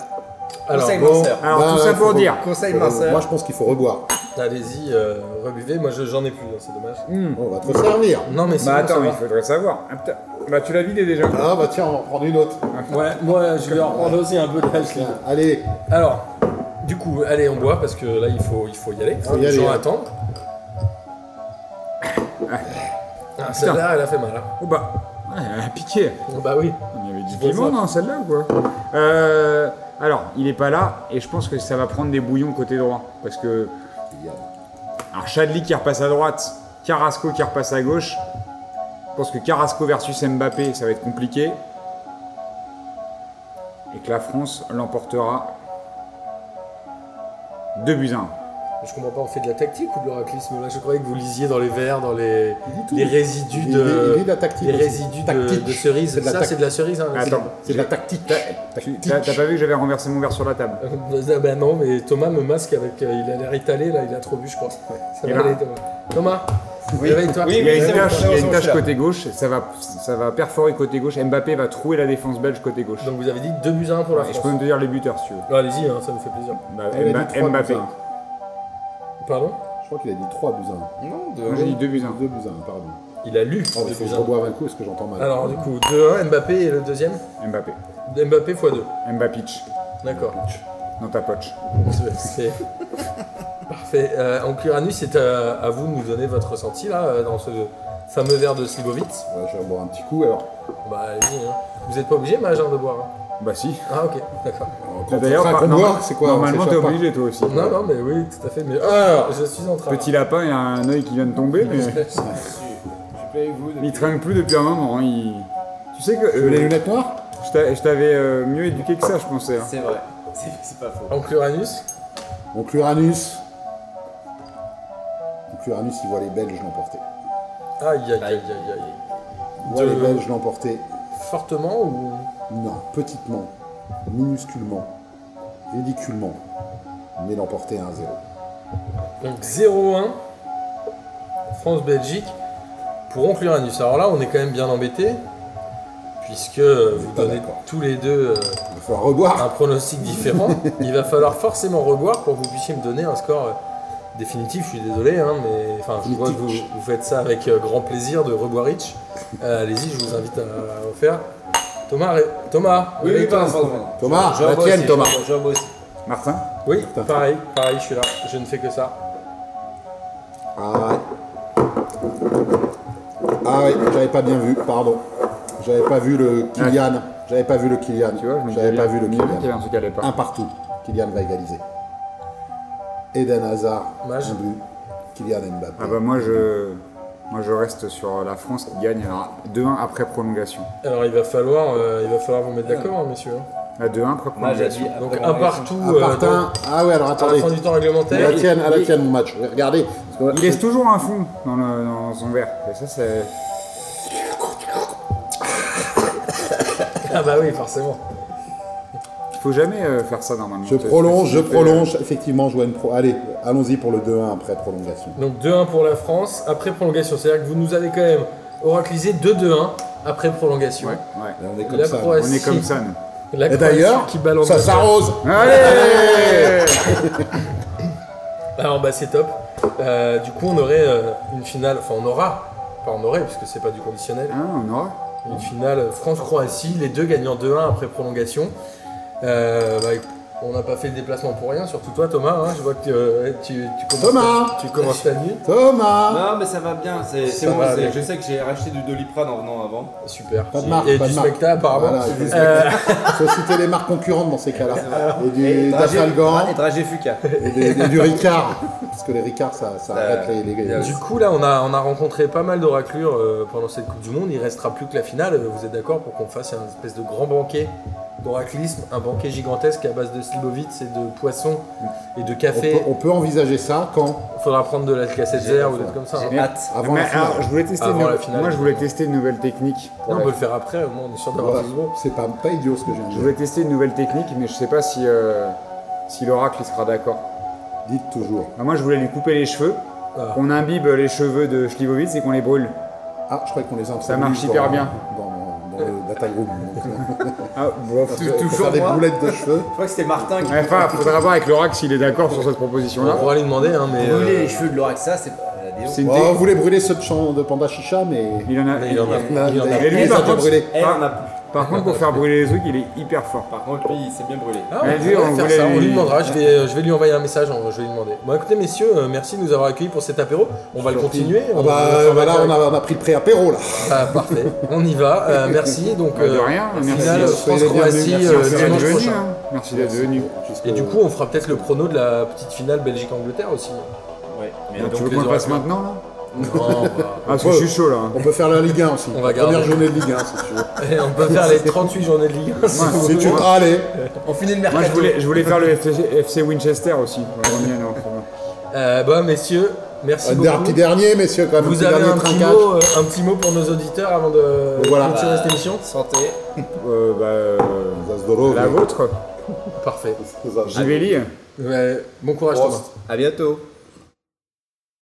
Speaker 1: Alors,
Speaker 3: Conseil
Speaker 1: bon,
Speaker 3: minceur.
Speaker 4: Alors,
Speaker 5: Bah,
Speaker 4: tout ça
Speaker 5: faut
Speaker 4: pour
Speaker 5: re-
Speaker 4: dire.
Speaker 3: Conseil
Speaker 5: faut re-
Speaker 3: minceur.
Speaker 5: Moi, je pense qu'il faut reboire.
Speaker 1: allez-y, euh, rebuvez. Moi, je- j'en ai plus, hein, c'est dommage.
Speaker 5: On va te servir.
Speaker 1: Non, mais c'est
Speaker 4: Bah
Speaker 1: bon, ça
Speaker 4: Hmm. attends,
Speaker 1: va.
Speaker 4: il faudrait savoir. Ah, putain. Bah tu l'as vidé déjà.
Speaker 5: Ah bah tiens, on va en prendre une autre.
Speaker 1: Ouais, moi, je vais en prendre aussi un peu de la chlé.
Speaker 5: Tiens, allez.
Speaker 1: Alors, du coup, allez, on boit parce que là, il faut, il faut y aller.
Speaker 5: Faut y
Speaker 1: Les
Speaker 5: aller,
Speaker 1: gens
Speaker 5: hein.
Speaker 1: attendent. Ah, celle-là, elle a fait mal. hein.
Speaker 4: Oh bah, ah, elle a piqué.
Speaker 1: Bah oui.
Speaker 4: Il y avait du
Speaker 1: vois
Speaker 4: piment
Speaker 1: ça.
Speaker 4: dans celle-là ou quoi euh, Alors, il est pas là et je pense que ça va prendre des bouillons côté droit parce que. Alors Chadli qui repasse à droite, Carrasco qui repasse à gauche. Je pense que Carrasco versus Mbappé, ça va être compliqué. Et que la France l'emportera 2 buts à 1.
Speaker 1: Je comprends pas, on fait de la tactique ou de l'oraclisme là Je croyais que vous lisiez dans les verres, dans les, les résidus
Speaker 5: Il lit- il
Speaker 1: de.
Speaker 5: lit de la tactique
Speaker 1: les
Speaker 5: aussi.
Speaker 1: résidus de,
Speaker 5: Tactique.
Speaker 1: de cerises.
Speaker 5: C'est de la
Speaker 1: Ça,
Speaker 5: tac-
Speaker 1: c'est de la cerise. hein,
Speaker 4: Attends,
Speaker 5: Ah, C'est de la tactique.
Speaker 4: tu-
Speaker 5: Tactique.
Speaker 4: t'as t'as pas vu que j'avais renversé mon verre sur la table
Speaker 1: Euh, Ah bah non, mais Thomas me masque avec. euh, il a l'air étalé là, il a trop bu, je crois. Ça
Speaker 4: Eh
Speaker 1: va
Speaker 4: ben.
Speaker 1: aller, Thomas. Thomas, réveille-toi.
Speaker 3: Oui,
Speaker 4: Il y a
Speaker 3: oui,
Speaker 4: une
Speaker 3: c'est bon,
Speaker 4: tâche,
Speaker 3: c'est bon, c'est bon, je suis là.
Speaker 4: côté gauche, ça va, ça va perforer côté gauche. Mbappé va trouer la défense belge côté gauche.
Speaker 1: Donc vous avez dit 2 buts à 1 pour la
Speaker 4: Et
Speaker 1: France.
Speaker 4: je peux même te dire les buteurs si tu veux.
Speaker 1: Non, Allez-y, hein, ça nous fait plaisir.
Speaker 4: Bah,
Speaker 5: Il a
Speaker 4: Mba-
Speaker 5: dit trois
Speaker 4: Mbappé.
Speaker 5: buts hein. à un.
Speaker 1: Pardon
Speaker 5: Je crois qu'il a dit 3 buts à
Speaker 3: Ah, Non, de...
Speaker 4: Moi j'ai dit 2 buts hein.
Speaker 5: 1.
Speaker 4: 1.
Speaker 5: 2 buts à 1, pardon.
Speaker 1: Il a lu.
Speaker 5: Oh, mais
Speaker 1: deux
Speaker 5: faut que
Speaker 1: buts à
Speaker 5: je
Speaker 1: un.
Speaker 5: reboive un coup parce que j'entends mal.
Speaker 1: Alors du coup, 2-1, Mbappé et le deuxième
Speaker 4: Mbappé.
Speaker 1: Mbappé x 2.
Speaker 4: Mbappitch.
Speaker 1: D'accord.
Speaker 4: Dans ta poche.
Speaker 1: C'est- *laughs* Parfait. Euh, en Cluranus, c'est euh, à, à vous de nous donner votre ressenti là, euh, dans ce fameux verre de Slivovitz.
Speaker 5: Ouais, je vais boire un petit coup alors.
Speaker 1: Bah allez-y. hein. Vous n'êtes pas obligé, Major, de boire. hein.
Speaker 4: Bah si. Bah,
Speaker 1: Ah ok, d'accord.
Speaker 5: Quand
Speaker 4: D'ailleurs,
Speaker 5: on
Speaker 4: par-
Speaker 5: craque, on
Speaker 4: norma-
Speaker 5: boit, c'est quoi on
Speaker 4: normalement t'es
Speaker 5: s'échappe pas.
Speaker 4: obligé toi aussi.
Speaker 1: Non, non, mais oui, tout à fait. Mais ah, je suis en train.
Speaker 4: Petit lapin, il a un œil qui vient de tomber,
Speaker 1: *laughs*
Speaker 4: mais
Speaker 5: *laughs*
Speaker 3: Je paye vous de...
Speaker 4: il trinque plus depuis un moment. hein, il- Tu sais que
Speaker 5: Tu veux les
Speaker 4: euh,
Speaker 5: lunettes noires
Speaker 4: je t'a- je t'avais euh, mieux éduqué que ça, je pensais. hein.
Speaker 3: C'est vrai, c'est c'est pas faux.
Speaker 1: En Cluranus,
Speaker 5: Donc l'Uranus. Donc l'Uranus, il voit les Belges l'emporter.
Speaker 1: aïe aïe aïe aïe aïe.
Speaker 5: Il voit
Speaker 1: De-
Speaker 5: les Belges l'emporter.
Speaker 1: Fortement ou.
Speaker 5: Non, petitement, minusculement, ridiculement, mais l'emporter 1-0.
Speaker 1: Donc 0-1, France-Belgique, pour Oncle Uranus. Alors là, on est quand même bien embêté, puisque vous
Speaker 5: pas
Speaker 1: donnez
Speaker 5: d'accord.
Speaker 1: tous les deux euh,
Speaker 5: Il va falloir reboire.
Speaker 1: un pronostic
Speaker 5: *laughs*
Speaker 1: différent. Il va falloir forcément revoir pour que vous puissiez me donner un score euh, définitif. Je suis désolé, hein, mais enfin, je vois que vous, vous faites ça avec euh, grand plaisir de reboire Rich. Euh, Allez-y, je vous invite à, le faire. Thomas, ré- Thomas.
Speaker 3: Oui, oui,
Speaker 1: réveille-toi.
Speaker 3: pardon, pardon, pardon.
Speaker 4: Ah,
Speaker 5: Thomas,
Speaker 3: Jean
Speaker 5: la
Speaker 3: Bois
Speaker 5: tienne,
Speaker 3: aussi,
Speaker 5: Ah, Thomas.
Speaker 3: Jean- Jean Bois aussi.
Speaker 4: Martin
Speaker 1: Oui, pareil, pareil, je suis là. Je ne fais que ça.
Speaker 5: Ah ouais. Ah ouais, j'avais pas bien vu, pardon. J'avais pas vu le Kylian. J'avais pas vu le Kylian.
Speaker 4: Tu vois, je me disais
Speaker 5: J'avais pas
Speaker 4: bien-
Speaker 5: vu le
Speaker 4: je me disais bien qu'il y avait
Speaker 5: Kylian.
Speaker 4: un truc à l'époque.
Speaker 5: Un partout. Kylian va égaliser. Eden Hazard,
Speaker 1: Dommage.
Speaker 5: un but. Kylian Mbappé.
Speaker 4: Ah bah moi je, moi je reste sur la France qui gagne à 2-1 après prolongation.
Speaker 1: Alors il va falloir, euh, il va falloir vous mettre d'accord, hein, messieurs. hein.
Speaker 4: À 2-1 Ah, après
Speaker 3: Moi, j'ai
Speaker 4: prolongation.
Speaker 3: dit après
Speaker 1: Donc
Speaker 3: mon
Speaker 5: Ah,
Speaker 1: un
Speaker 3: réaction.
Speaker 1: partout
Speaker 5: Un
Speaker 1: euh,
Speaker 5: partout.
Speaker 1: dans-
Speaker 5: Ah ouais, alors
Speaker 1: à la
Speaker 5: attendez.
Speaker 1: fin du temps
Speaker 5: À la
Speaker 1: réglementaire.
Speaker 5: tienne, à la tienne, mon match. Regardez.
Speaker 4: Il laisse toujours un fond dans, le- dans son verre. Et ça c'est...
Speaker 1: Ah bah oui, forcément.
Speaker 4: Il faut jamais euh, faire ça normalement.
Speaker 5: Je
Speaker 4: Tu-
Speaker 5: prolonge,
Speaker 4: tu-
Speaker 5: je
Speaker 4: tu-
Speaker 5: prolonge. Effectivement, je vois une pro. Allez, allons-y pour le 2-1 après prolongation.
Speaker 1: Donc 2-1 pour la France après prolongation. C'est-à-dire que vous nous avez quand même oraclisé 2-2-1 après prolongation.
Speaker 4: Ouais, ouais.
Speaker 5: Là, on est comme
Speaker 1: La
Speaker 5: ça.
Speaker 1: Croatie.
Speaker 4: On est comme ça nous.
Speaker 1: La
Speaker 5: Et
Speaker 1: Croatie
Speaker 5: d'ailleurs,
Speaker 1: qui balance.
Speaker 5: ça s'arrose.
Speaker 4: Allez
Speaker 1: Alors bah c'est top. Euh, du coup on aurait euh, une finale, enfin on aura, pas on aurait puisque c'est pas du conditionnel,
Speaker 4: Hein, on aura
Speaker 1: une finale France-Croatie, les deux gagnant 2-1 après prolongation. Euh, bah, on n'a pas fait le déplacement pour rien, surtout toi Thomas, hein, je vois que euh, tu, tu commences,
Speaker 5: Thomas
Speaker 1: tu commences la nuit.
Speaker 5: Thomas
Speaker 3: Non, mais ça va bien, c'est c'est
Speaker 1: Ça
Speaker 3: bon,
Speaker 1: va,
Speaker 3: c'est-
Speaker 1: mais-
Speaker 3: je sais que j'ai racheté du Doliprane en venant avant.
Speaker 1: Super.
Speaker 5: Pas de marque,
Speaker 1: Et
Speaker 5: pas
Speaker 1: du
Speaker 5: de marque.
Speaker 1: spectacle apparemment.
Speaker 5: Voilà, il faut- faut citer les marques concurrentes dans ces cas-là. Et du
Speaker 3: Et Dragé-
Speaker 5: d'Afalgan
Speaker 3: et Dragé Fuca.
Speaker 5: et, des- et du Ricard. Parce que les Ricards, ça, ça arrête les, les-
Speaker 1: Du coup, là, on a, on a rencontré pas mal d'oraclures euh, pendant cette Coupe du Monde. Il restera plus que la finale. Euh, Vous êtes d'accord pour qu'on fasse un espèce de grand banquet d'oraclisme, un banquet gigantesque à base de slivovitz et de poissons et de
Speaker 5: On
Speaker 1: café.
Speaker 5: peut, on peut envisager ça quand
Speaker 1: Il faudra prendre de la cassette ou des trucs comme ça. hein.
Speaker 4: Mais-
Speaker 3: Hâte.
Speaker 5: Avant
Speaker 4: mais
Speaker 5: la finale.
Speaker 4: alors, je voulais tester
Speaker 1: Avant
Speaker 4: une-
Speaker 1: la finale.
Speaker 4: Moi je voulais tester une nouvelle technique. pour
Speaker 1: Non, bah, on
Speaker 4: la-
Speaker 1: peut le faire après, au moins on est sûr d'avoir
Speaker 5: Voilà.
Speaker 1: du bon.
Speaker 5: C'est pas, pas idiot ce que j'ai
Speaker 4: Je
Speaker 5: dit.
Speaker 4: voulais tester une nouvelle technique mais je sais pas si, euh, si l'oracle il sera d'accord.
Speaker 5: Dites toujours.
Speaker 4: Alors, moi je voulais lui couper les cheveux.
Speaker 1: Ah.
Speaker 4: On imbibe les cheveux de Schlivovitz et qu'on les brûle.
Speaker 5: Ah, je croyais qu'on les a introduits
Speaker 4: marche
Speaker 5: dans-
Speaker 4: hyper bien.
Speaker 5: Dans, dans le data group. Donc,
Speaker 4: Ah, bof.
Speaker 5: pour faire des
Speaker 3: moi
Speaker 5: boulettes de cheveux.
Speaker 3: Je crois que c'était Martin qui
Speaker 4: Ouais, Enfin, faudra voir avec l'oracle s'il est d'accord sur cette
Speaker 1: On
Speaker 4: proposition-là.
Speaker 1: pourra lui demander, hein, mais. euh,
Speaker 6: Brûler les cheveux de l'orax, ça, c'est pas la déo.
Speaker 4: C'est une
Speaker 5: Oh,
Speaker 4: technique.
Speaker 5: vous voulez brûler ceux de, chan- de Panda Chicha, mais.
Speaker 4: Il en a.
Speaker 1: il en a-
Speaker 5: Là,
Speaker 1: il en a-
Speaker 5: d'ailleurs,
Speaker 4: Et lui,
Speaker 3: Eh,
Speaker 5: ils
Speaker 4: par
Speaker 5: ont déjà
Speaker 4: contre-
Speaker 5: brûlé.
Speaker 3: Elle en a plus.
Speaker 4: Par contre, pour faire brûler les trucs, il est hyper fort.
Speaker 3: Par contre, lui, il s'est bien brûlé.
Speaker 1: Ah, on,
Speaker 4: Mais
Speaker 1: pourrait
Speaker 4: lui, on
Speaker 1: faire
Speaker 4: voulait
Speaker 1: ça, on lui
Speaker 4: lui-
Speaker 1: demandera, je vais, je vais lui envoyer un message, on- je vais lui demander. Bon écoutez messieurs, euh, merci de nous avoir accueillis pour cet apéro, on va le continuer.
Speaker 5: Ah
Speaker 1: on-
Speaker 5: bah,
Speaker 1: on va
Speaker 5: bah là,
Speaker 1: faire-
Speaker 5: on a, on a pris le pré-apéro là.
Speaker 1: Ah, parfait, on y va, Euh, merci. Donc,
Speaker 4: Bah, de rien, merci.
Speaker 1: finale
Speaker 5: Soyez les
Speaker 1: France-Croatie
Speaker 5: bienvenus,
Speaker 1: euh,
Speaker 5: merci
Speaker 4: Merci d'être
Speaker 1: dimanche
Speaker 4: venu.
Speaker 1: prochain.
Speaker 4: hein. Merci d'être venu.
Speaker 5: Jusque-
Speaker 1: Et du coup, on fera peut-être le prono de la petite finale Belgique-Angleterre aussi.
Speaker 3: Ouais. Mais
Speaker 4: Donc,
Speaker 1: donc,
Speaker 4: tu veux
Speaker 1: les
Speaker 4: qu'on le fasse
Speaker 1: oracles.
Speaker 4: maintenant là
Speaker 1: Non, bah,
Speaker 4: Ah, parce que je suis chaud là.
Speaker 5: on peut faire la Ligue 1 aussi.
Speaker 1: On va
Speaker 5: La Première
Speaker 1: garder.
Speaker 5: journée de Ligue 1, si tu veux.
Speaker 1: et on peut faire les 38 journées de Ligue 1. si
Speaker 4: Ouais,
Speaker 1: vous
Speaker 5: Si tu
Speaker 1: voulez.
Speaker 5: veux. Allez.
Speaker 6: On finit le
Speaker 4: Moi, je
Speaker 6: mercato.
Speaker 4: voulais, je
Speaker 1: *laughs*
Speaker 4: voulais faire le FC, FC Winchester aussi. On va revenir, non, pour moi.
Speaker 1: Euh, bah, messieurs, merci
Speaker 5: Un
Speaker 1: beaucoup.
Speaker 5: petit dernier, messieurs, quand même.
Speaker 1: Vous
Speaker 5: petit
Speaker 1: avez
Speaker 5: dernier
Speaker 1: un petit,
Speaker 5: trinquage.
Speaker 1: mot, euh, un petit mot pour nos auditeurs avant de
Speaker 5: Voilà.
Speaker 1: clôturer cette émission
Speaker 3: Santé.
Speaker 4: Euh, bah, euh,
Speaker 5: Zazdorov.
Speaker 4: la vôtre,
Speaker 1: Parfait.
Speaker 5: Zazdorov.
Speaker 4: Givelli.
Speaker 1: Ouais, bon courage Thomas.
Speaker 3: À bientôt.